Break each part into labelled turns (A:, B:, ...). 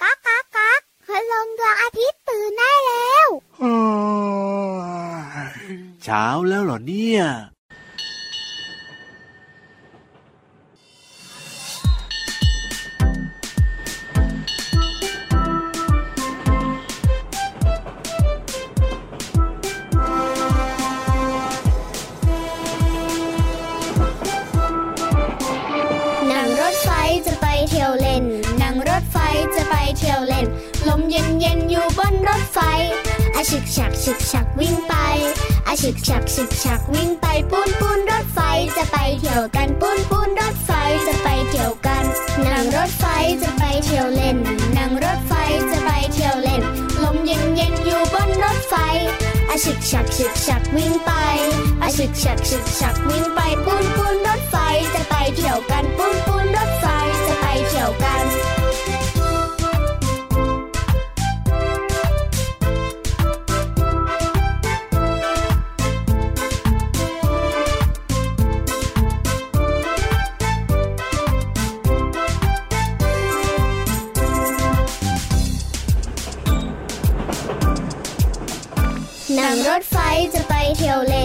A: ก๊ากก๊ากก๊ากพลงดวงอาทิตย์ตื่นได้แล้ว
B: เช้าแล้วเหรอเนี่ย
A: นั่งรถไฟจะไปเที่ยวเล่น นั่งรถไฟจะไปเที่ยวเล่น ลมเย็นเย็นๆอยู่บนรถไฟอาชึกฉักฉึกฉักวิ่งไปอาชึกฉักฉึกฉักวิ่งไปปูนปูนรถไฟจะไปเที่ยวกันปูนปูนรถไฟจะไปเที่ยวกัน นั่งรถไฟจะไปเที่ยวเล่น นั่งรถไฟจะไปเที่ยวเล่น ลมเย็นเย็นๆอยู่บนรถไฟอาชึกฉักฉึกฉักวิ่งไปอาชึกฉักฉึกฉักวิ่งไปปูนปูนรถไฟจะไปเที่ยวกันปูนปูนรถไฟจะไปเที่ยวกัน นั่งรถไฟจะไปเที่ยวเล่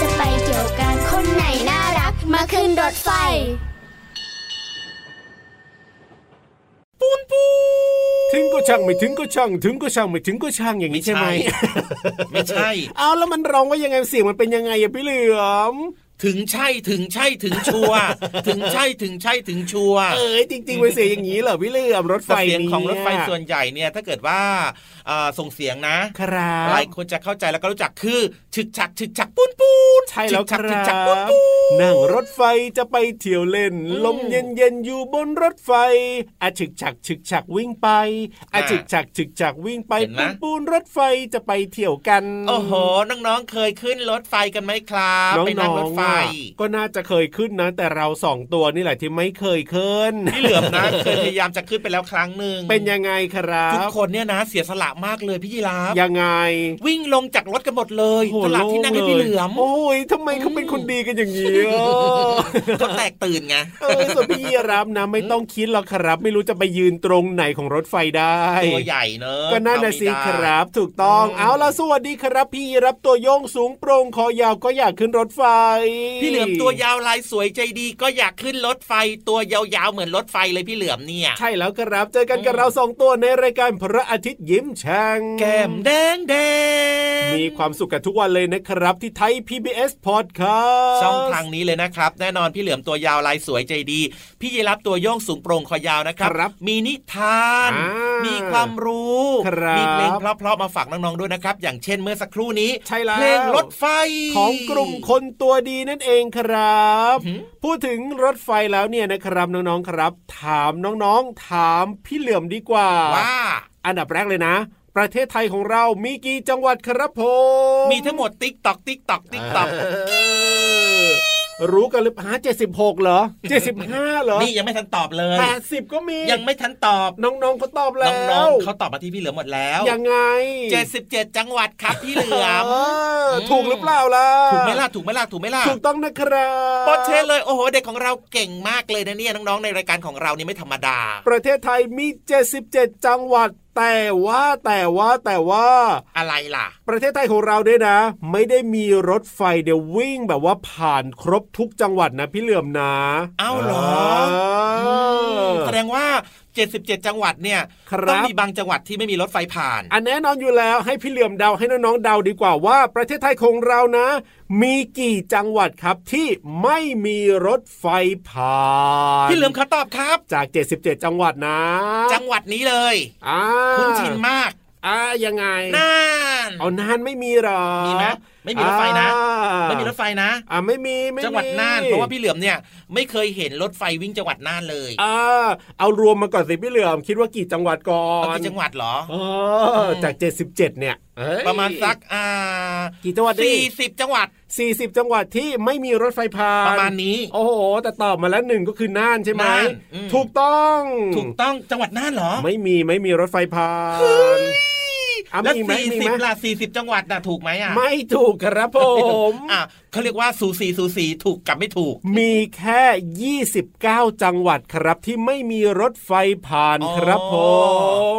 A: จะไปเที่ยวกันคนไหนน่ารัก มาขึ้นรถไฟ
C: ถึงก็ช่างไม่ถึงก็ช่าง ถึงก็ช่างไม่ถึงก็ช่างอย่างนี้ใช่ไหม
D: ไม่ใช่
C: เอาแล้วมันร้องว่ายังไงเสียงมันเป็นยังไงอะพี่เหลือม
D: ถึงใช่ถึงใช่ถึงชัวร์ ถึงใช่ถึงใช่ถึงชัวร์
C: เอ้ยจริงๆมันเสียงอย่างนี้เหรอพี่เหลือมรถไฟ
D: แต่เสียง
C: นี่ย
D: ของรถไฟส่วนใหญ่เนี่ย ถ้าเกิดว่าเอ่อส่งเสียงนะ
C: ครับ
D: หลายคนจะเข้าใจแล้วก็รู้จักคือฉึกฉักฉึกฉักปุ้นปูน
C: ใช่แล้วค
D: ฉึก
C: รั
D: ฉักฉึกฉัก
C: บ
D: ปุ้นปูน
C: นั่งรถไฟจะไปเที่ยวเล่น
D: อืม
C: ลมเย็นๆอยู่บนรถไฟอาฉึกฉักฉึกฉักวิ่งไปอา
D: อ่ะ
C: ฉึกฉักฉึกฉักวิ่งไป
D: เห็นไหม
C: ปูนปูนรถไฟจะไปเที่ยวกัน
D: โอ้โห น้องๆ เคยขึ้นรถไฟกันไหมครับไปนั่งรถไฟ
C: น้องๆอะก็น่าจะเคยขึ้นนะ แต่เราสองตัวนี่แหละที่ไม่เคยขึ้น
D: พี่เหลือมนะ เคยพยายามจะขึ้นไปแล้วครั้งหนึ่ง
C: เป็นยังไงครั
D: ทุก
C: บ
D: คนเนี่ยนะ เสียสละมากเลยพี่ยีราฟ
C: ยังไง
D: วิ่งลงจากรถกันหมดเลย
C: โอ้โ
D: สละที่นั่งให้พี่เหลือม
C: โอ้ยทำไมเขาเป็นคนดีกันอย่างนี้อ่ะ
D: ก็แตกตื่นไง
C: เออส่วนพี่ยีรับนะ ไม่ต้องคิดหรอกครับ ไม่รู้จะไปยืนตรงไหนของรถไฟได้
D: ตัวใหญ่เนอะ
C: ก็นั่นนะสิ
D: เอไม่
C: ค
D: ได้
C: รับ ถูกต้อง
D: อืม
C: เอาล่ะสวัสดีครับ พี่ยีรับตัวโยงสูงโปร่งคอยาวก็อยากขึ้นรถไฟ
D: พี่เหลือมตัวยาวลายสวยใจดีก็อยากขึ้นรถไฟ ตัวยาวๆเหมือนรถไฟเลยพี่เหลือมเนี่ย
C: ใช่แล้วครับ เจอกันกับ
D: อืม
C: เราสองตัวในรายการพระอาทิตย์ยิ้มแฉ่ง
D: แก้มแดงแดง
C: มีความสุขกันทุกวันเลยนะครับ ที่ไทย PBS Podcast
D: ช่องทางนี้เลยนะครับ แน่นอนพี่เหลือมตัวยาวลายสวยใจดี พี่ยีรับตัวโย่องสูงโปร่งคอยาวนะครับ
C: ครับ
D: มีนิทาน
C: อ่า
D: มีความรู้
C: ครับ
D: มีเพลงเพราะๆมาฝากน้องๆด้วยนะครับ อย่างเช่นเมื่อสักครู่นี้
C: ใช่แล้ว
D: เพลงรถไฟ
C: ของกลุ่มคนตัวดีนั่นเองครับ
D: หือ
C: พูดถึงรถไฟแล้วเนี่ยนะครับน้องๆครับ ถามน้องๆ ถามพี่เหลื่อมดีกว่า
D: ว่า
C: อันดับแรกเลยนะ ประเทศไทยของเรามีกี่จังหวัดครับผม
D: มีทั้งหมดติ๊กตอกติ๊กตอกติ๊กตอก
C: เออรู้กันหรือเปล่าฮะ76 เหรอ 75 เหรอ
D: นี่ยังไม่ทันตอบเลย
C: 80 ก็มี
D: ยังไม่ทันตอบ
C: น้องๆเขาตอบแล้ว
D: น้องๆเขาตอบมาที่พี่เหลือมหมดแล้ว
C: ยังไง
D: 77 จังหวัด ครับพี่เหลือม
C: เออ
D: อืม
C: ถูกหรือเปล่าล่ะ
D: ถูกไหมล่ะ ถูกไหมล่ะ ถูกไหมล่ะ
C: ถูกต้องนะครับ
D: โปรเชเลย โอ้โห เด็กของเราเก่งมากเลยนะเนี่ยน้องๆ ในรายการของเรานี่ไม่ธรรมดา
C: ประเทศไทยมี 77 จังหวัด แต่ว่าแต่ว่าแต่ว่า
D: อะไรล่ะ
C: ประเทศไทยของเราเนี่ยนะ ไม่ได้มีรถไฟเดี๋ยววิ่งแบบว่าผ่านครบทุกจังหวัดนะพี่เหลื่อมนะ
D: อ้าวเหรอ
C: เออ
D: แสดงว่า 77 จังหวัดเนี่ย
C: ครับ
D: ต้องมีบางจังหวัดที่ไม่มีรถไฟผ่าน
C: อันแน่นอนอยู่แล้วให้พี่เหลื่อมเดาให้น้องๆเดาดีกว่าว่า ประเทศไทยของเรานะ มีกี่จังหวัดครับที่ไม่มีรถไฟผ่าน
D: พี่เหลือมเขาตอบครับ
C: จาก 77 จังหวัดนะ
D: จังหวัดนี้เลย
C: อ่า
D: คุ้นชินมาก
C: อ่ายังไง
D: น่าน
C: เอานานไม่มีหรอ
D: มีไหม ไม่มีรถไฟนะ
C: อ่า
D: ไม่มีรถไฟนะ
C: อ่าไม่มีไม่มี
D: จังหวัดน่าน เพราะว่าพี่เหลือมเนี่ย ไม่เคยเห็นรถไฟวิ่งจังหวัดน่านเลย
C: อ่าเอารวมมาก่อนสิพี่เหลือมคิดว่ากี่จังหวัดก่อ
D: เอา
C: น
D: กี่จังหวัดเหรอ
C: เออจาก 77 เนี่ยเอ้ย
D: ประมาณสักอ่า
C: กี่จังหวัดดี
D: สี่สิบจังหวัด
C: 40 จังหวัดที่ไม่มีรถไฟผ่าน
D: ประมาณนี้
C: โอ้โห แต่ตอบมาแล้วหนึ่งก็คือน่านใช่ไหม
D: น่านอืม
C: ถูกต้อง
D: ถูกต้องจังหวัดน่านเหรอ
C: ไม่มีไม่มีรถไฟผ่าน อ่ะ
D: แล้ว
C: มีไหม
D: สี่สิ
C: มี
D: บ
C: ไหม
D: ล่ะสี่สิบจังหวัดน่ะถูกไหมอ่ะ
C: ไม่ถูกครับผม
D: อ่ะเขาเรียกว่าสูสีสูสีถูกกับไม่ถูก
C: มีแค่ 29 จังหวัดครับที่ไม่มีรถไฟผ่านครับผ
D: อ๋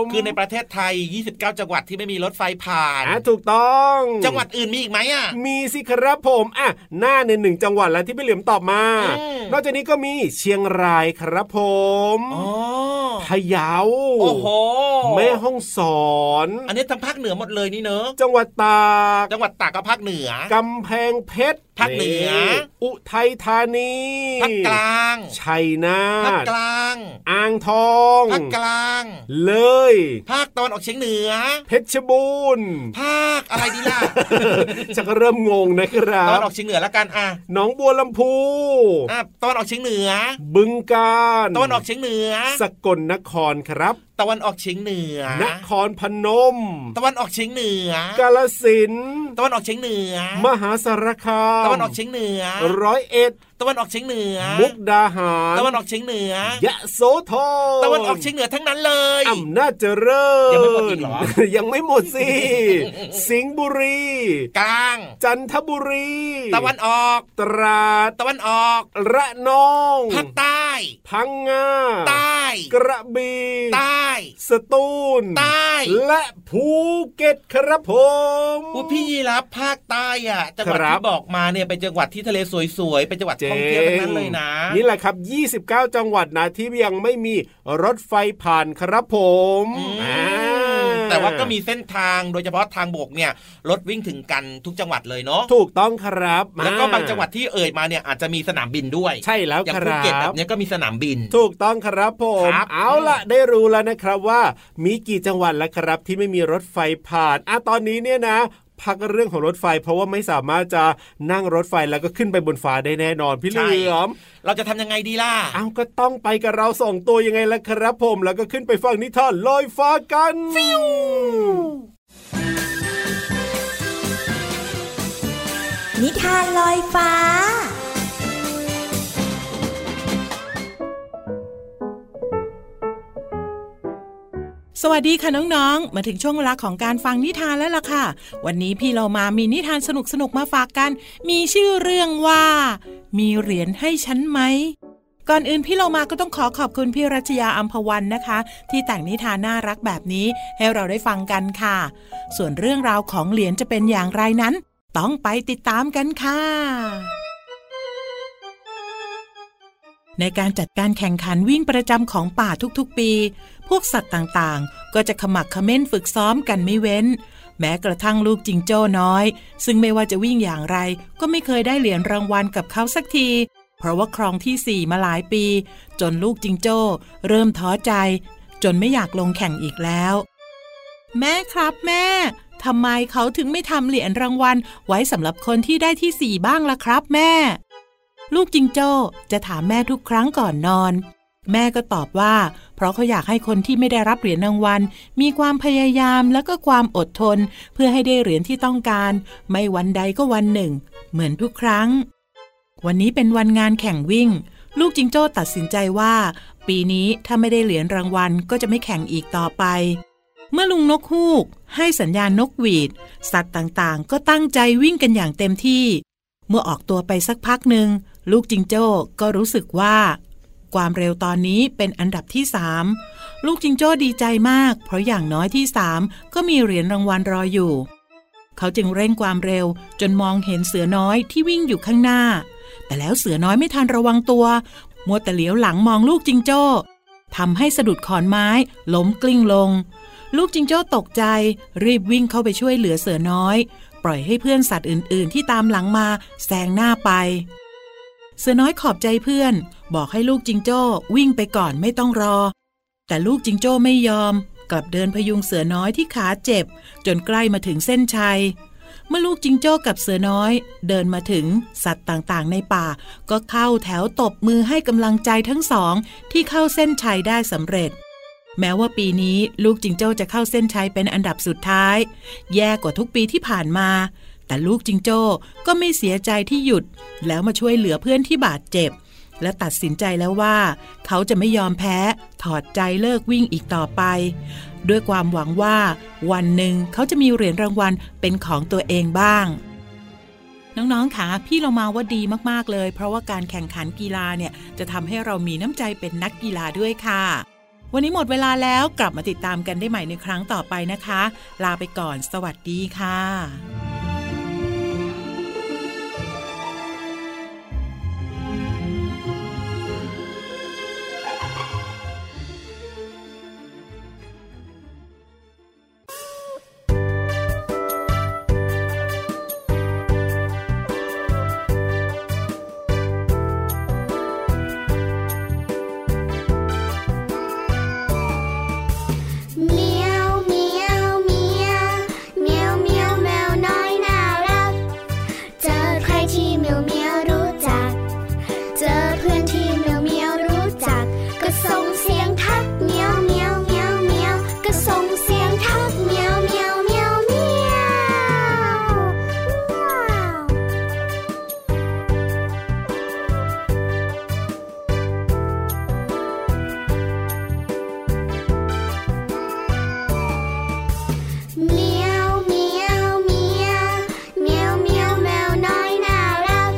C: ม
D: อคือในประเทศไทย 29 จังหวัดที่ไม่มีรถไฟผ่าน
C: อ่ะถูกต้อง
D: จังหวัดอื่นมีอีกไหมอ่ะ
C: มีสิครับผมอ่ะหน้าในหนึ่งจังหวัดแล้วที่พี่เหลือมตอบมา
D: อืม
C: นอกจากนี้ก็มีเชียงรายครับผม
D: อ๋อ
C: พะเยา
D: โอ้โห
C: แม่ฮ่องสอน
D: อันนี้ทางภาคเหนือหมดเลยนี่เนอะ
C: จังหวัดตาก
D: จังหวัดตากกับภาคเหนือ
C: กำแพงเพชร
D: ภาคเหนือ
C: อุทัยธานี
D: ภาคกลาง
C: ชัยนา
D: ภาค
C: ท
D: กลาง
C: อ่างทอง
D: ภาคกลาง
C: เลย
D: ภาคตอนออกเฉียงเหนือ
C: เพชรบูรณ์
D: ภาคอะไรดีล่ะ
C: จะก็เริ่มงงนะครั
D: ตอน
C: บ
D: ออกเฉียงเหนือละกันอ่ะ
C: หนองบัวลำพู
D: อ่ะตอนออกเฉียงเหนือ
C: บึงการ
D: ตอนออกเฉียงเหนือ
C: สกลนครครับ
D: ตะวันออกเฉียงเหนือ
C: นครพนม
D: ตะวันออกเฉียงเหนือ
C: กาลสินธุ์
D: ตะวันออกเฉียงเหนือ
C: มหาสารคาม
D: ตะวันออกเฉียงเหนือ
C: ร้อยเอ็ด
D: ตะวันออกเฉียงเหนือ
C: มุกดาหาร
D: ตะวันออกเฉียงเหนือ
C: ยะโสธร
D: ตะวันออกเฉียงเหนือทั้งนั้นเลย
C: อำนาจเจริญ
D: ยังไม่หมดอีกเหรอ
C: ยังไม่หมดสิ สิงห์บุรี
D: กลาง
C: จันทบุรี
D: ตะวันออก
C: ตราด
D: ตะวันออก
C: ระนอง
D: ภาคใต้
C: พังงา
D: ใต้
C: กระบี่
D: ใต้
C: สตูล
D: ใต้
C: และภูเก็ตครับผม
D: อุ๊ยพี่ยีรับภาคใต้อ่ะ จังหวัด
C: ครับ
D: ที่บอกมาเนี่ยเป็นจังหวัดที่ทะเลสวยๆ เป็นจังหวัด
C: เจ๋
D: ท่องเที่ยวทั้งนั้นเลยนะ
C: นี่แหละครับ 29 จังหวัดนะที่ยังไม่มีรถไฟผ่านครับผม
D: อืม
C: อ่า
D: แต่ว่าก็มีเส้นทางโดยเฉพาะทางบกเนี่ยรถวิ่งถึงกันทุกจังหวัดเลยเนาะ
C: ถูกต้องครับ
D: แล้วก็บางจังหวัดที่เอ่ยมาเนี่ยอาจจะมีสนามบินด้วย
C: ใช่แล้ว
D: อย่าง
C: ค
D: ภู
C: รั
D: เก็ตแบบ
C: บ
D: เนี้ยก็มีสนามบิน
C: ถูกต้องครับผม
D: ครับ
C: เอาล่ะ ได้รู้แล้วนะครับว่า มีกี่จังหวัดแล้วครับ ที่ไม่มีรถไฟผ่านอ่ะตอนนี้เนี่ยนะ พักเรื่องของรถไฟ เพราะว่าไม่สามารถจะนั่งรถไฟแล้วก็ขึ้นไปบนฟ้าได้แน่นอนพี่เห
D: ใช่
C: ลือม
D: เราจะทำยังไงดีล่ะ
C: เอาก็ต้องไปกับเราสองตัวยังไงล่ะครับผม แล้วก็ขึ้นไปฟังนิทานลอยฟ้ากัน
E: นิทานลอยฟ้า
F: สวัสดีค่ะน้องๆ มาถึงช่วงเวลาของการฟังนิทานแล้วล่ะค่ะ วันนี้พี่เรามามีนิทานสนุกๆ มาฝากกัน มีชื่อเรื่องว่า มีเหรียญให้ฉันไหม ก่อนอื่นพี่เรามาก็ต้องขอขอบคุณพี่รัชยาอัมพวันนะคะ ที่แต่งนิทานน่ารักแบบนี้ให้เราได้ฟังกันค่ะ ส่วนเรื่องราวของเหรียญจะเป็นอย่างไรนั้น ต้องไปติดตามกันค่ะ ในการจัดการแข่งขันวิ่งประจำของป่าทุกๆปี พวกสัตว์ต่างๆ ก็จะขมักเขม้นฝึกซ้อมกันไม่เว้น แม้กระทั่งลูกจิงโจ้น้อย ซึ่งไม่ว่าจะวิ่งอย่างไร ก็ไม่เคยได้เหรียญรางวัลกับเขาสักที เพราะว่าครองที่สี่มาหลายปี จนลูกจิงโจ้ เริ่มท้อใจ จนไม่อยากลงแข่งอีกแล้ว แม่ครับแม่ ทำไมเขาถึงไม่ทำเหรียญรางวัลไว้สำหรับคนที่ได้ที่สี่บ้างล่ะครับแม่ ลูกจิงโจ้จะถามแม่ทุกครั้งก่อนนอน แม่ก็ตอบว่า เพราะเขาอยากให้คนที่ไม่ได้รับเหรียญรางวัล มีความพยายามและก็ความอดทน เพื่อให้ได้เหรียญที่ต้องการ ไม่วันใดก็วันหนึ่ง เหมือนทุกครั้ง วันนี้เป็นวันงานแข่งวิ่ง ลูกจิงโจ้ตัดสินใจว่า ปีนี้ถ้าไม่ได้เหรียญรางวัลก็จะไม่แข่งอีกต่อไป เมื่อลุงนกฮูก ให้สัญญาณนกหวีด สัตว์ต่างๆ ก็ตั้งใจวิ่งกันอย่างเต็มที่ เมื่อออกตัวไปสักพักหนึ่ง ลูกจิงโจ้ก็รู้สึกว่า ความเร็วตอนนี้เป็นอันดับที่สามลูกจิงโจ้ดีใจมาก เพราะอย่างน้อยที่สามก็มีเหรียญรางวัลรออยู่ เขาจึงเร่งความเร็วจนมองเห็นเสือน้อยที่วิ่งอยู่ข้างหน้า แต่แล้วเสือน้อยไม่ทันระวังตัวมัวแต่เหลียวหลังมองลูกจิงโจ้ทำให้สะดุดขอนไม้ล้มกลิ้งลง ลูกจิงโจ้ตกใจ รีบวิ่งเข้าไปช่วยเหลือเสือน้อย ปล่อยให้เพื่อนสัตว์อื่น ๆ ที่ตามหลังมาแซงหน้าไป เสือน้อยขอบใจเพื่อน บอกให้ลูกจิงโจ้วิ่งไปก่อนไม่ต้องรอ แต่ลูกจิงโจ้ไม่ยอม กลับเดินพยุงเสือน้อยที่ขาเจ็บ จนใกล้มาถึงเส้นชัย เมื่อลูกจิงโจ้กับเสือน้อย เดินมาถึงสัตว์ต่างๆ ในป่า ก็เข้าแถวตบมือให้กำลังใจทั้งสอง ที่เข้าเส้นชัยได้สำเร็จ แม้ว่าปีนี้ลูกจิงโจ้จะเข้าเส้นชัยเป็นอันดับสุดท้าย แย่กว่าทุกปีที่ผ่านมา แต่ลูกจิงโจ้ก็ไม่เสียใจที่หยุด แล้วมาช่วยเหลือเพื่อนที่บาดเจ็บ และตัดสินใจแล้วว่า เขาจะไม่ยอมแพ้ ถอดใจเลิกวิ่งอีกต่อไป ด้วยความหวังว่า วันหนึ่งเขาจะมีเหรียญรางวัลเป็นของตัวเองบ้าง น้องๆค่ะพี่เรามาว่าดีมากๆเลย เพราะว่าการแข่งขันกีฬาเนี่ยจะทำให้เรามีน้ำใจเป็นนักกีฬาด้วยค่ะ วันนี้หมดเวลาแล้วกลับมาติดตามกันได้ใหม่ในครั้งต่อไปนะคะ ลาไปก่อนสวัสดีค่ะ
A: เมียวเมียวเมียวเมียวเมียวแมวน้อยน่ารัก เจอใครที่เมียวเมียวรู้จัก เจอเพื่อนที่เมียวเมียวรู้จัก ก็ส่งเสียงทักเมียวเมียวเมียวเมียวก็ส่งเสียงทักเมียวเมียวเมียวเมียวเมียว เมียวเมียวเมียวเมียวเมียวแมวน้อยน่ารัก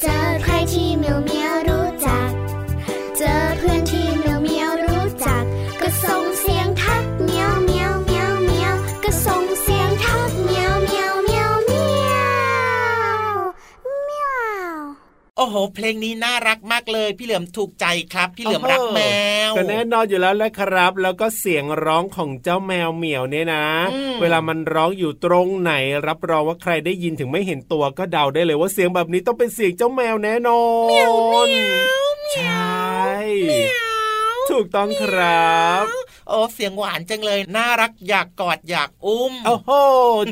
A: เจอใครที่เมียวเมียวรู้จัก เจอเพื่อนที่เมียวเมียวรู้จัก ก็ส่งเสียงทักเมียวเมียวเมียวเมียวก็ส่งเสียงทักเมียวเมียวเมียวเมียวเมียว
D: โอ้โห เพลงนี้น่ารักมากเลย พี่เหลือมถูกใจครับ พี่เหลือมรักแมว
C: ก็แน่นอนอยู่แล้วแหละครับ แล้วก็เสียงร้องของเจ้าแมวเหมียวเนี่ยนะ
D: อืม
C: เวลามันร้องอยู่ตรงไหน รับรองว่าใครได้ยินถึงไม่เห็นตัวก็เดาได้เลยว่าเสียงแบบนี้ต้องเป็นเสียงเจ้าแมวแน่นอนใช่ถูกต้องครับ
D: โอ้เสียงหวานจังเลย น่ารักอยากกอดอยากอุ้ม
C: โอ้โห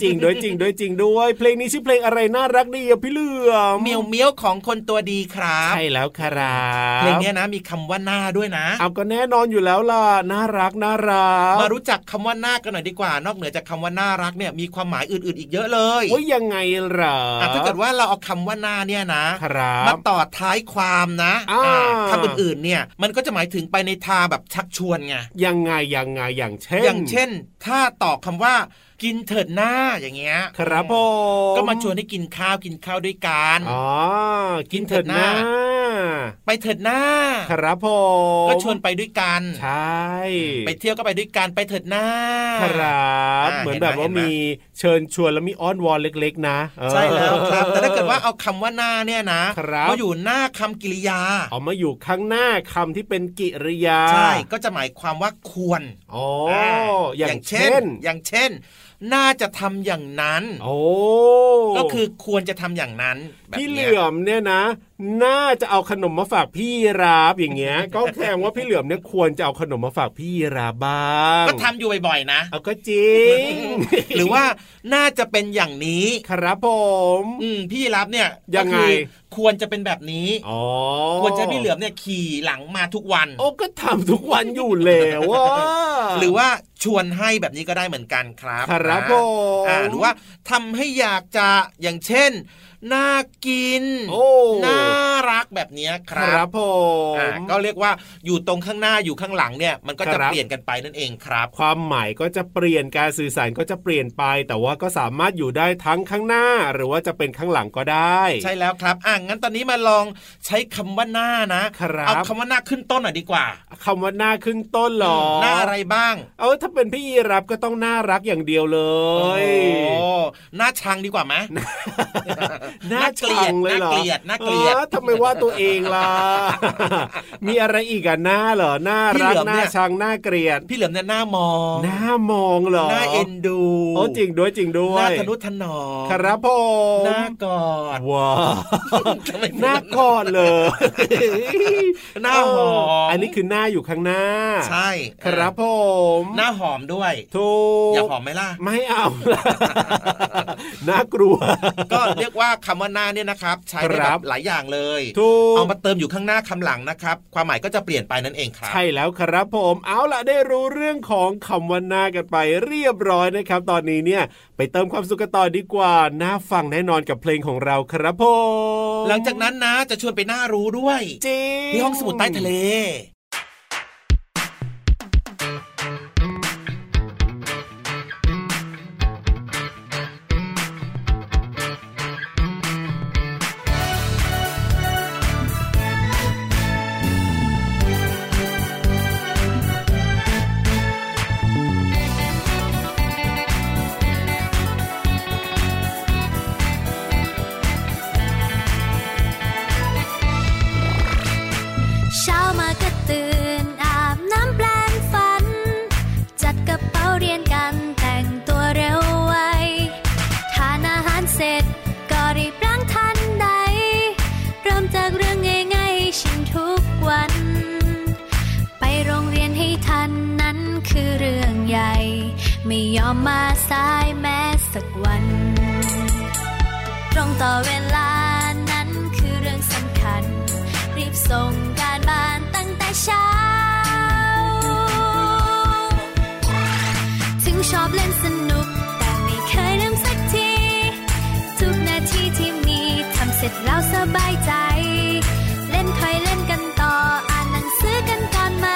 C: จริงด้วยจริงด้วยจริงด้วย เพลงนี้ชื่อเพลงอะไรน่ารักดีอ่ะพี่เหลือม
D: เมียวเมียวของคนตัวดีครับ
C: ใช่แล้วครับ
D: เพลงเนี้ยนะมีคำว่าหน้าด้วยนะ
C: เอาก็แน่นอนอยู่แล้วล่ะน่ารักน่ารัก
D: มารู้จักคำว่าหน้ากันหน่อยดีกว่า นอกเหนือจากคำว่าน่ารักเนี่ยมีความหมายอื่นๆอีกเยอะเลย
C: ว่ายังไงเหรอ
D: อ่ะถ้าเกิดว่าเราเอาคำว่าหน้าเนี่ยนะ
C: ครั
D: มา
C: บ
D: ต่อท้ายความนะ
C: อ่า
D: อ่าคำอื่นๆเนี่ยมันก็จะหมายถึงไปในทางแบบชักชวนไง
C: ยังไงยังไงอย่างเช่น
D: อย่างเช่น ถ้าตอบคำว่า กินเถิดหน้าอย่างเงี้ย
C: ครับผม
D: ก็มาชวนให้กินข้าวกินข้าวด้วยกัน
C: อ๋อกินเถิดหน้า
D: กินเถิดหน้ ไปเถิดหน้า
C: ครับผม
D: ก็ชวนไปด้วยกัน
C: ใช่
D: ไปเที่ยวก็ไปด้วยกันไปเถิดหน้า
C: ครับ
D: อ่า
C: เหมือน
D: เห็นไหม
C: แบบว่า
D: เห็นไหม
C: มีเชิญชวนแล้วมีอ้อนวอนเล็กๆ นะเออ
D: ใช่แล้วครับ แต่ถ้าเกิดว่าเอาคำว่าหน้าเนี่ยนะครับ มาอยู่หน้าคำกิริยา
C: เอามาอยู่ข้างหน้าคำที่เป็นกิริยา
D: ใช่ก็จะหมายความว่าควร
C: อ๋อ
D: อ่า
C: อย่างเช่น
D: อย่างเช่น น่าจะทำอย่างนั้น
C: โอ้
D: ก็คือควรจะทำอย่างนั้นแบบ
C: พี่เห
D: นี้ย
C: ลือมเนี่ยนะ น่าจะเอาขนมมาฝากพี่ราบอย่างเงี้ย ก็แสดงว่าพี่เหลือมเนี่ยควรจะเอาขนมมาฝากพี่ราบบ้าง
D: ก็ทำอยู่บ่อยๆนะ
C: เอาก็จริง
D: หรือว่าน่าจะเป็นอย่างนี้
C: ครับผม
D: อืมพี่รับเนี่ย
C: ยัง
D: ก็
C: ไง
D: คือควรจะเป็นแบบนี้
C: อ๋อ
D: ควรจะให้พี่เหลือมเนี่ยขี่หลังมาทุกวัน
C: โอ้ก็ทำทุกวันอยู่แล้วอะ
D: หรือว่าชวนให้แบบนี้ก็ได้เหมือนกันครับ
C: ครับ
D: นะ
C: ผม
D: อ่าหรือว่าทำให้อยากจะอย่างเช่นน่ากิน
C: โอ้
D: น่ารักแบบเนี้ยค
C: ค
D: รั
C: รั
D: บบ
C: ผม
D: อ่าก็เรียกว่าอยู่ตรงข้างหน้าอยู่ข้างหลังเนี่ย มันก็จะ
C: ครับ
D: เปลี่ยนกันไปนั่นเองครับ
C: ความหมายก็จะเปลี่ยนการสื่อสารก็จะเปลี่ยนไป แต่ว่าก็สามารถอยู่ได้ทั้งข้างหน้า หรือว่าจะเป็นข้างหลังก็ได้
D: ใช่แล้วครับ อ่ะงั้นตอนนี้มาลองใช้คำว่าหน้านะครับ เอาคำว่าหน้าขึ้นต้นหน่อยดีกว่า
C: คำว่าหน้าขึ้นต้นเหรอ
D: หน้าอะไรบ้าง
C: เออถ้าเป็นพี่ยีรับก็ต้องน่ารักอย่างเดียวเลย
D: โอ้หน้าชังดีกว่าไหม
C: หน้าชังเลยเหร
D: น่า
C: อ
D: เกลียดน่าเกลียด
C: ออทำไมว่าตัวเองล่ะ มีอะไรอีกอะหน้าเหรอหน้ารัก
D: พี่เหลือม
C: ห
D: เนี่
C: น้าย ชังหน้าเกลียด
D: พี่เหลือมเนี่ยหน้ามอง
C: หน้ามองเหรอ
D: หน้าเอ็นดู
C: โอ้จริงด้วยจริงด้ว
D: หน้าย ทนุถนอม
C: ครับผม
D: หน้ากอด
C: ว้าว
D: ทำไม
C: หน้า
D: เหมือ
C: กอดเลย
D: หน้าหอม
C: อันนี้คือหน้าอยู่ข้างหน้า
D: ใช่
C: ครับผม
D: หน้าหอมด้วย
C: ถู
D: อยาก
C: ก
D: หอมไหมล่ะ
C: ไม่เอาล่ะ น่ากลัว
D: ก็เรียกว่าคำว่าหน้าเนี่ยนะครับ ใช้ได้
C: ค
D: แบ
C: รั
D: บบ หลายอย่างเลย
C: ถูก
D: เอามาเติมอยู่ข้างหน้าคำหลังนะครับ ความหมายก็จะเปลี่ยนไปนั่นเองครับ
C: ใช่แล้วครับผมเอาล่ะได้รู้เรื่องของคำวันนากันไปเรียบร้อยนะครับ ตอนนี้เนี่ย ไปเติมความสุขกันต่อดีกว่าน่าฟังแน่นอนกับเพลงของเราครับผม
D: หลังจากนั้นนะจะชวนไปหน้ารู้ด้วย
C: จริง
D: ที่ห้องสมุดใต้ทะเล
G: เช้ามาก็ตื่นอาบน้ำแปลงฟัน จัดกระเป๋าเรียนกันแต่งตัวเร็วไวทานอาหารเสร็จก็รีบล้างทันใด เริ่มจากเรื่องง่ายๆให้ชินทุกวัน ไปโรงเรียนให้ทันนั้นคือเรื่องใหญ่ ไม่ยอมมาสายแม้สักวัน ตรงต่อเวลานั้นคือเรื่องสำคัญ รีบส่งการบ้านตั้งแต่เช้า ถึงชอบเล่นสนุก แต่ไม่เคยลืมสักที ทุกนาทีที่มีทำเสร็จแล้วสบายใจ เล่นคอยเล่นกันต่ออ่านหนังสือกันก่อนไหม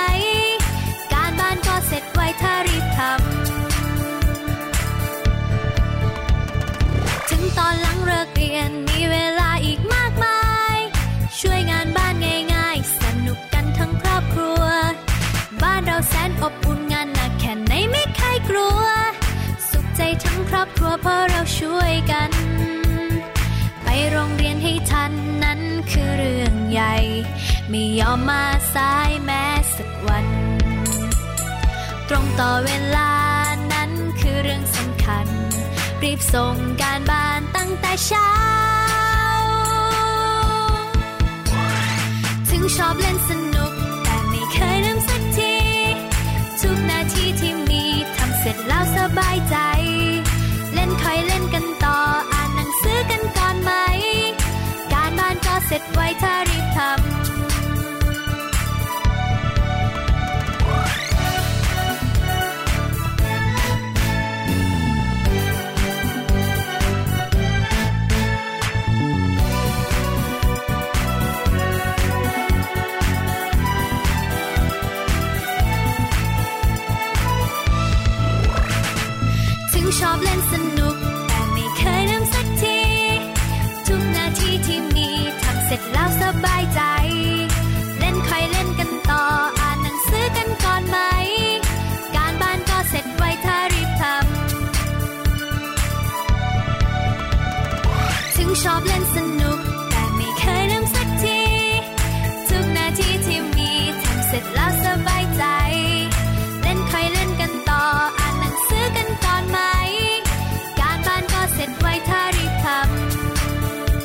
G: การบ้านก็เสร็จไวถ้ารีบทำ ถึงตอนหลังเลิกเรียนมีเวลาอีกมากมาย ช่วยงานบ้านง่ายๆ สนุกกันทั้งครอบครัว บ้านเราแสนอบอุ่นงานหนักแค่ไหนไม่เคยกลัว สุขใจทั้งครอบครัวเพราะเราช่วยกัน ไปโรงเรียนให้ทันนั้นคือเรื่องใหญ่ ไม่ยอมมาสายแม้สักวัน ตรงต่อเวลานั้นคือเรื่องสำคัญ รีบส่งการบ้านตั้งแต่เช้า ถึงชอบเล่นสนุก แต่ไม่เคยลืมสักที ทุกนาทีที่มีทำเสร็จแล้วสบายใจ เล่นคอยเล่นกันต่ออ่านหนังสือกันก่อนไหม การบ้านก็เสร็จไวถ้ารีบทำ ถึงชอบเล่นสนุก แต่ไม่เคยลืมสักที ทุกนาทีที่มีทำเสร็จแล้วสบายใจ เล่นคอยเล่นกันต่ออ่านหนังสือกันก่อนไหม การบ้านก็เสร็จไวถ้ารีบทำถึงชอบเล่นสนุก แต่ไม่เคยลืมสักที ทุกนาทีที่มีทำเสร็จแล้วสบายใจ เล่นคอยเล่นกันต่ออ่านหนังสือกันก่อนไหม การบ้านก็เสร็จไวถ้ารีบทำ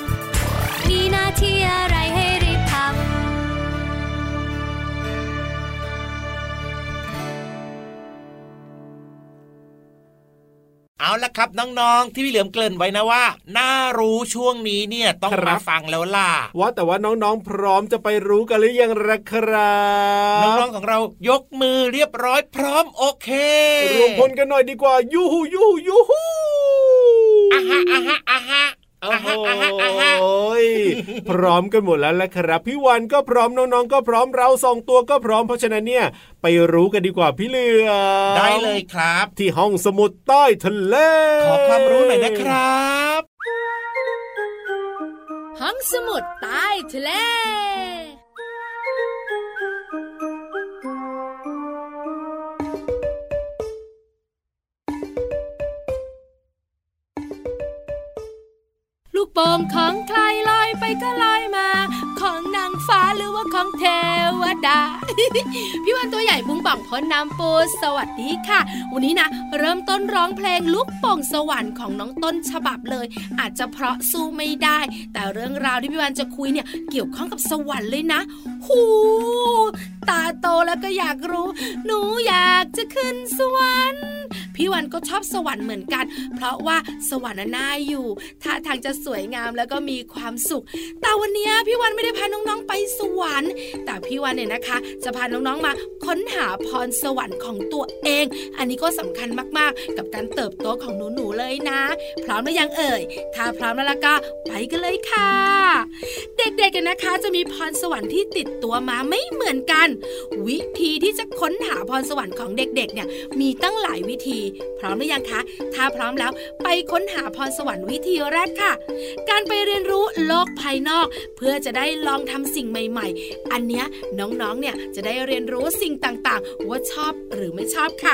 G: มีหน้าที่อะไรให้รีบท
D: เอาละครับน้องๆที่พี่เหลือมเกริ่นไว้นะว่าหน้ารู้ช่วงนี้เนี่ยต้อง
C: ครับ
D: มาฟังแล้วล่ะ
C: ว่าแต่ว่าน้องๆ พร้อมจะไปรู้กันหรือยังล่ะครับ
D: น้องๆของเรายกมือเรียบร้อยพร้อมโอเค
C: รวมพลกันหน่อยดีกว่ายูฮูยูฮูยูฮู
D: อ่ะฮะอ่ะฮะอ่ะฮะอ่ะฮะอ่ะฮะอ่ะฮะ
C: โอ้ยพร้อมกันหมดแล้วละครับพี่วันก็พร้อมน้องๆ ก็พร้อมเราสองตัวก็พร้อมเพราะฉะนั้นเนี่ย ไปรู้กันดีกว่าพี่เหลือม
D: ได้เลยครับ
C: ที่ห้องสมุดใต้ทะเล
D: ขอความรู้หน่อยนะครับ
G: ห้องสมุดใต้ทะเล
H: ลูกโป่งของใครลอยไปก็ลอยมา ของนางฟ้าหรือว่าของเทวดา พี่วันตัวใหญ่บุงป่องพ้นน้ำปูสวัสดีค่ะ วันนี้นะเริ่มต้นร้องเพลงลูกโป่งสวรรค์ของน้องต้นฉบับเลย อาจจะเพราะสู้ไม่ได้ แต่เรื่องราวที่พี่วันจะคุยเนี่ย เกี่ยวข้องกับสวรรค์เลยนะ หู ตาโตแล้วก็อยากรู้ หนูอยากจะขึ้นสวรรค์ พี่วันก็ชอบสวรรค์เหมือนกัน เพราะว่าสวรรค์น่ะน่าอยู่ท่าทางจะสวยงามแล้วก็มีความสุข แต่วันเนี้ยพี่วันไม่ได้พาน้องๆไปสวรรค์ แต่พี่วันเนี่ยนะคะ จะพาน้องๆมาค้นหาพรสวรรค์ของตัวเอง อันนี้ก็สำคัญมากๆ กับการเติบโตของหนูๆเลยนะ พร้อมหรือยังเอ่ย ถ้าพร้อมแล้วล่ะก็ไปกันเลยค่ะ เด็กๆกันนะคะ จะมีพรสวรรค์ที่ติดตัวมาไม่เหมือนกัน วิธีที่จะค้นหาพรสวรรค์ของเด็กๆ เนี่ยมีตั้งหลายวิธี พร้อมหรือยังคะ ถ้าพร้อมแล้วไปค้นหาพรสวรรค์วิธีแรกค่ะ การไปเรียนรู้โลกภายนอก เพื่อจะได้ลองทำสิ่งใหม่ ๆ อันเนี้ยน้องๆ เนี่ยจะได้เรียนรู้สิ่งต่างๆ ว่าชอบหรือไม่ชอบค่ะ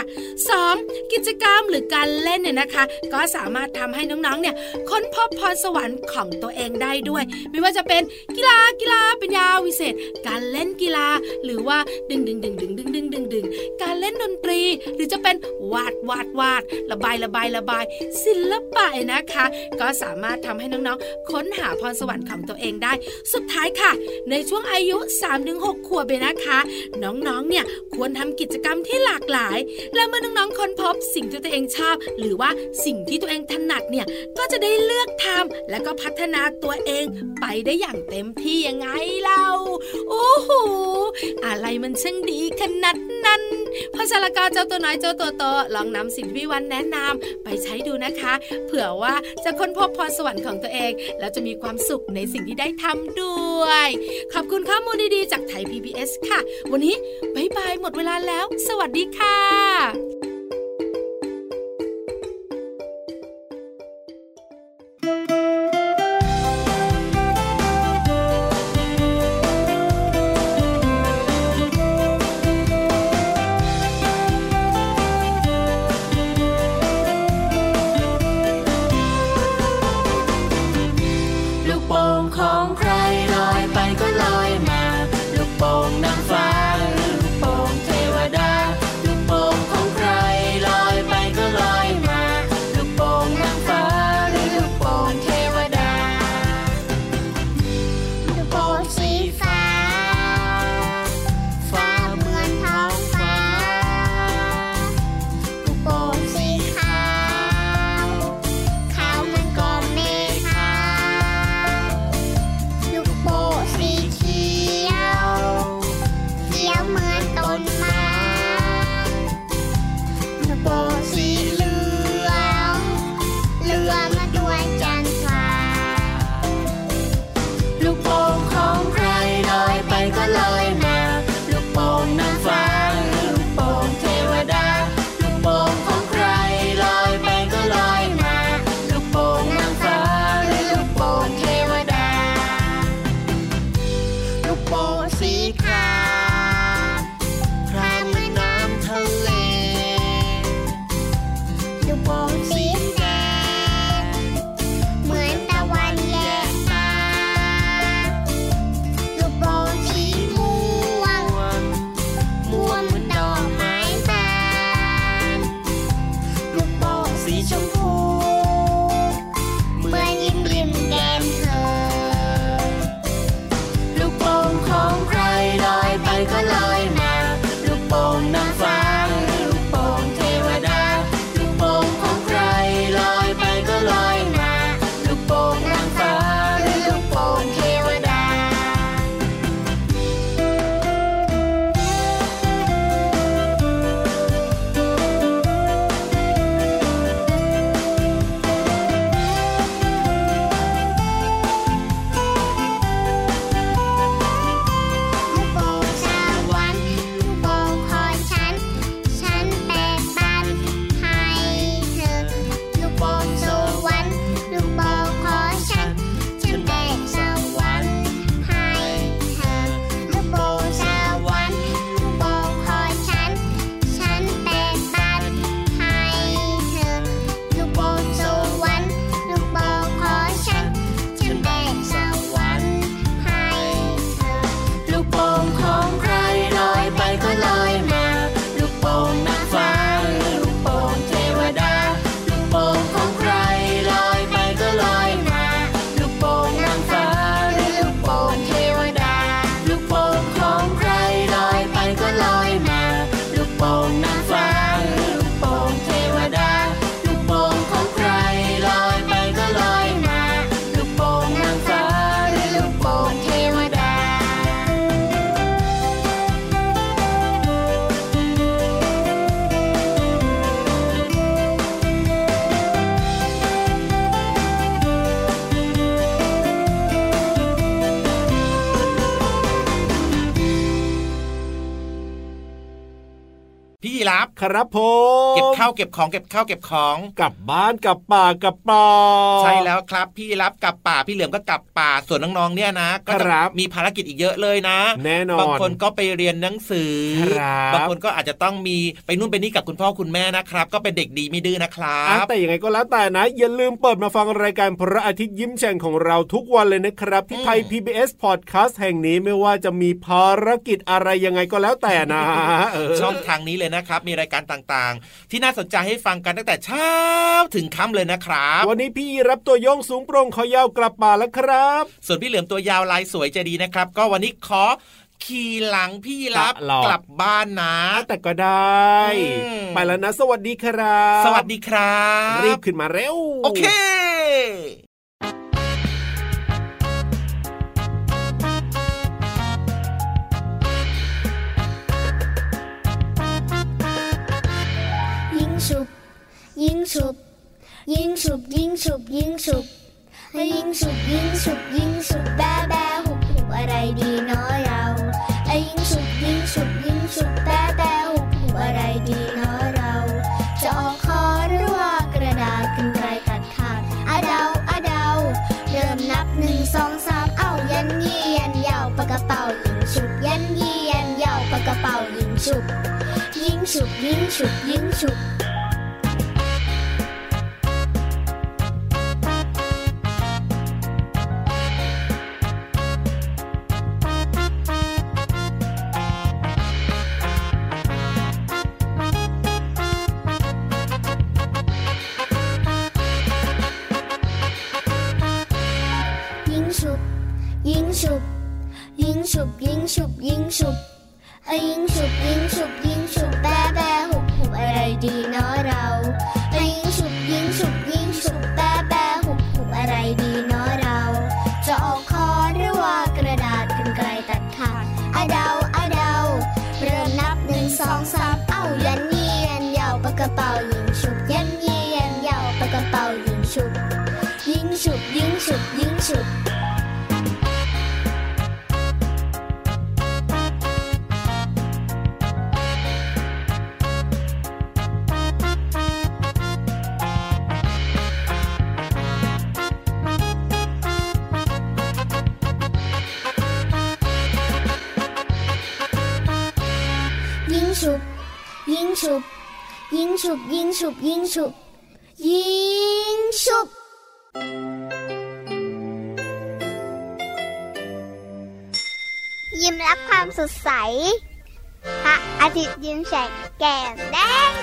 H: 2. กิจกรรมหรือการเล่นเนี่ยนะคะ ก็สามารถทำให้น้องๆ เนี่ยค้นพบพรสวรรค์ของตัวเองได้ด้วย ไม่ว่าจะเป็นกีฬากีฬาเป็นยาวิเศษ การเล่นกีฬา หรือว่าดึงดึงดึงดึงดึงดึงดึงดึงการเล่นดนตรี หรือจะเป็นวาดวาดวาดระบายระบายระบาย ศิลปะนะคะ ก็สามารถทำให้น้องๆ ค้นหาพรสวรรค์ของตัวเองได้ สุดท้ายค่ะ ในช่วงอายุ 3-6 ขวบเลยนะคะ น้องๆ เนี่ยควรทำกิจกรรมที่หลากหลาย และเมื่อน้องๆ ค้นพบสิ่งที่ตัวเองชอบ หรือว่าสิ่งที่ตัวเองถนัดเนี่ยก็จะได้เลือกทำแล้วก็พัฒนาตัวเองไปได้อย่างเต็มที่ยังไงเล่าโอ้โหอะไรมันช่างดีขนาดนั้นพอชาละกาเจ้าตัวน้อยเจ้าตัวโตลองนำสิ่งที่พี่วันแนะนำไปใช้ดูนะคะ เผื่อว่าจะค้นพบพรสวรรค์ของตัวเอง แล้วจะมีความสุขในสิ่งที่ได้ทำด้วย ขอบคุณข้อมูลดีๆจากไทย PBS ค่ะ วันนี้บายบายหมดเวลาแล้ว สวัสดีค่ะ
I: ลูกโป่งของใครลอยไปก็ลอยมา ลูกโป่งนางฟ้าหรือลูกโป่งเทวดา ลูกโป่งของใคร
D: พี่ยีรับ
C: ครับผม
D: เก็บข้าวเก็บของเก็บข้าวเก็บของ
C: กลับบ้านกลับป่ากลับป่า
D: ใช่แล้วครับ พี่รับกลับป่าพี่เหลือมก็กลับป่าส่วนน้องๆเนี่ยนะ ก็จะ
C: ครับ
D: มีภารกิจอีกเยอะเลยนะ
C: แน่นอน
D: บางคนก็ไปเรียนหนังสือ
C: ครับ
D: บางคนก็อาจจะต้องมีไปนู่นไปนี่กับคุณพ่อคุณแม่นะครับ ก็เป็นเด็กดีไม่ดื้อนะครั
C: อ่ะ
D: บ
C: แต่ยังไงก็แล้วแต่นะ อย่าลืมเปิดมาฟังรายการพระอาทิตย์ยิ้มแฉ่งของเราทุกวันเลยนะครับ ที่
D: อืม
C: ไทย PBS Podcast แห่งนี้ไม่ว่าจะมีภารกิจอะไรยังไงก็แล้วแต่นะเออ
D: ช่องทางนี้เลยนะครับ มีรายการต่างๆ ที่น่าสนใจให้ฟังกันตั้งแต่เช้าถึงค่ำเลยนะครับ
C: วันนี้พี่รับตัวโยงสูงโปร่งเขายาวกลับป่าแล้วครับ
D: ส่วนพี่เหลือมตัวยาวลายสวยใจดีนะครับ ก็วันนี้ขอขี่หลังพี่รับกลับบ้านนะ
C: อ่ะแต่ก็ได้
D: อืม
C: ไปแล้วนะ สวัสดีครับ
D: สวัสดีครับ
C: รีบขึ้นมาเร็ว
D: โอเค
A: ยิงฉุบ ยิงฉุบ ยิงฉุบ ยิงฉุบ ยิงฉุบให้ยิงฉุบ ยิงฉุบ ยิงฉุบ แบ้แบ้หุบหุบอะไรดีเน้อเราไอ้ยิงฉุบ ยิงฉุบ ยิงฉุบ แบ้แบ้หุบหุบอะไรดีเน้อเรา จะออกคอหรือว่ากระดาษกันไรตัดขาดอะเดาอะเดา เริ่มนับหนึ่งสองสามเอ้ายันยี่ยันยาวปากกระเป๋ายิงฉุบ ยันยี่ยันยาวปากกระเป๋ายิงฉุบ ยิงฉุบ ยิงฉุบ ยิงฉุบ ยิงฉุบ ยิงฉุบ ยิงฉุบ ยิงฉุบ ยิงฉุบเอ้ยยิงฉุบ ยิงฉุบ ยิงฉุบ แบ้แบ้หุบหุบอะไรดีเนาะเราเอ้ยยิงฉุบ ยิงฉุบ ยิงฉุบ แบ้แบ้หุบหุบอะไรดีเนาะเรา จะออกคอหรือว่ากระดาษกันไกลตัดขาดอะเดาอะเดา เริ่มนับหนึ่งสองสามเอ้ายันยี่ยันยาวปากกระเป๋ายิงฉุบยันยี่ยันยาวปากกระเป๋ายิงฉุบ ยิงฉุบ ยิงฉุบ ยิงฉุบ ยิงฉุบ ยิงฉุบ ยิงฉุบ ยิงฉุบ ยิงฉุบ ยิงฉุบ ยิ้มรับความสดใส พระอาทิตย์ยิ้มแฉกแก้มแดง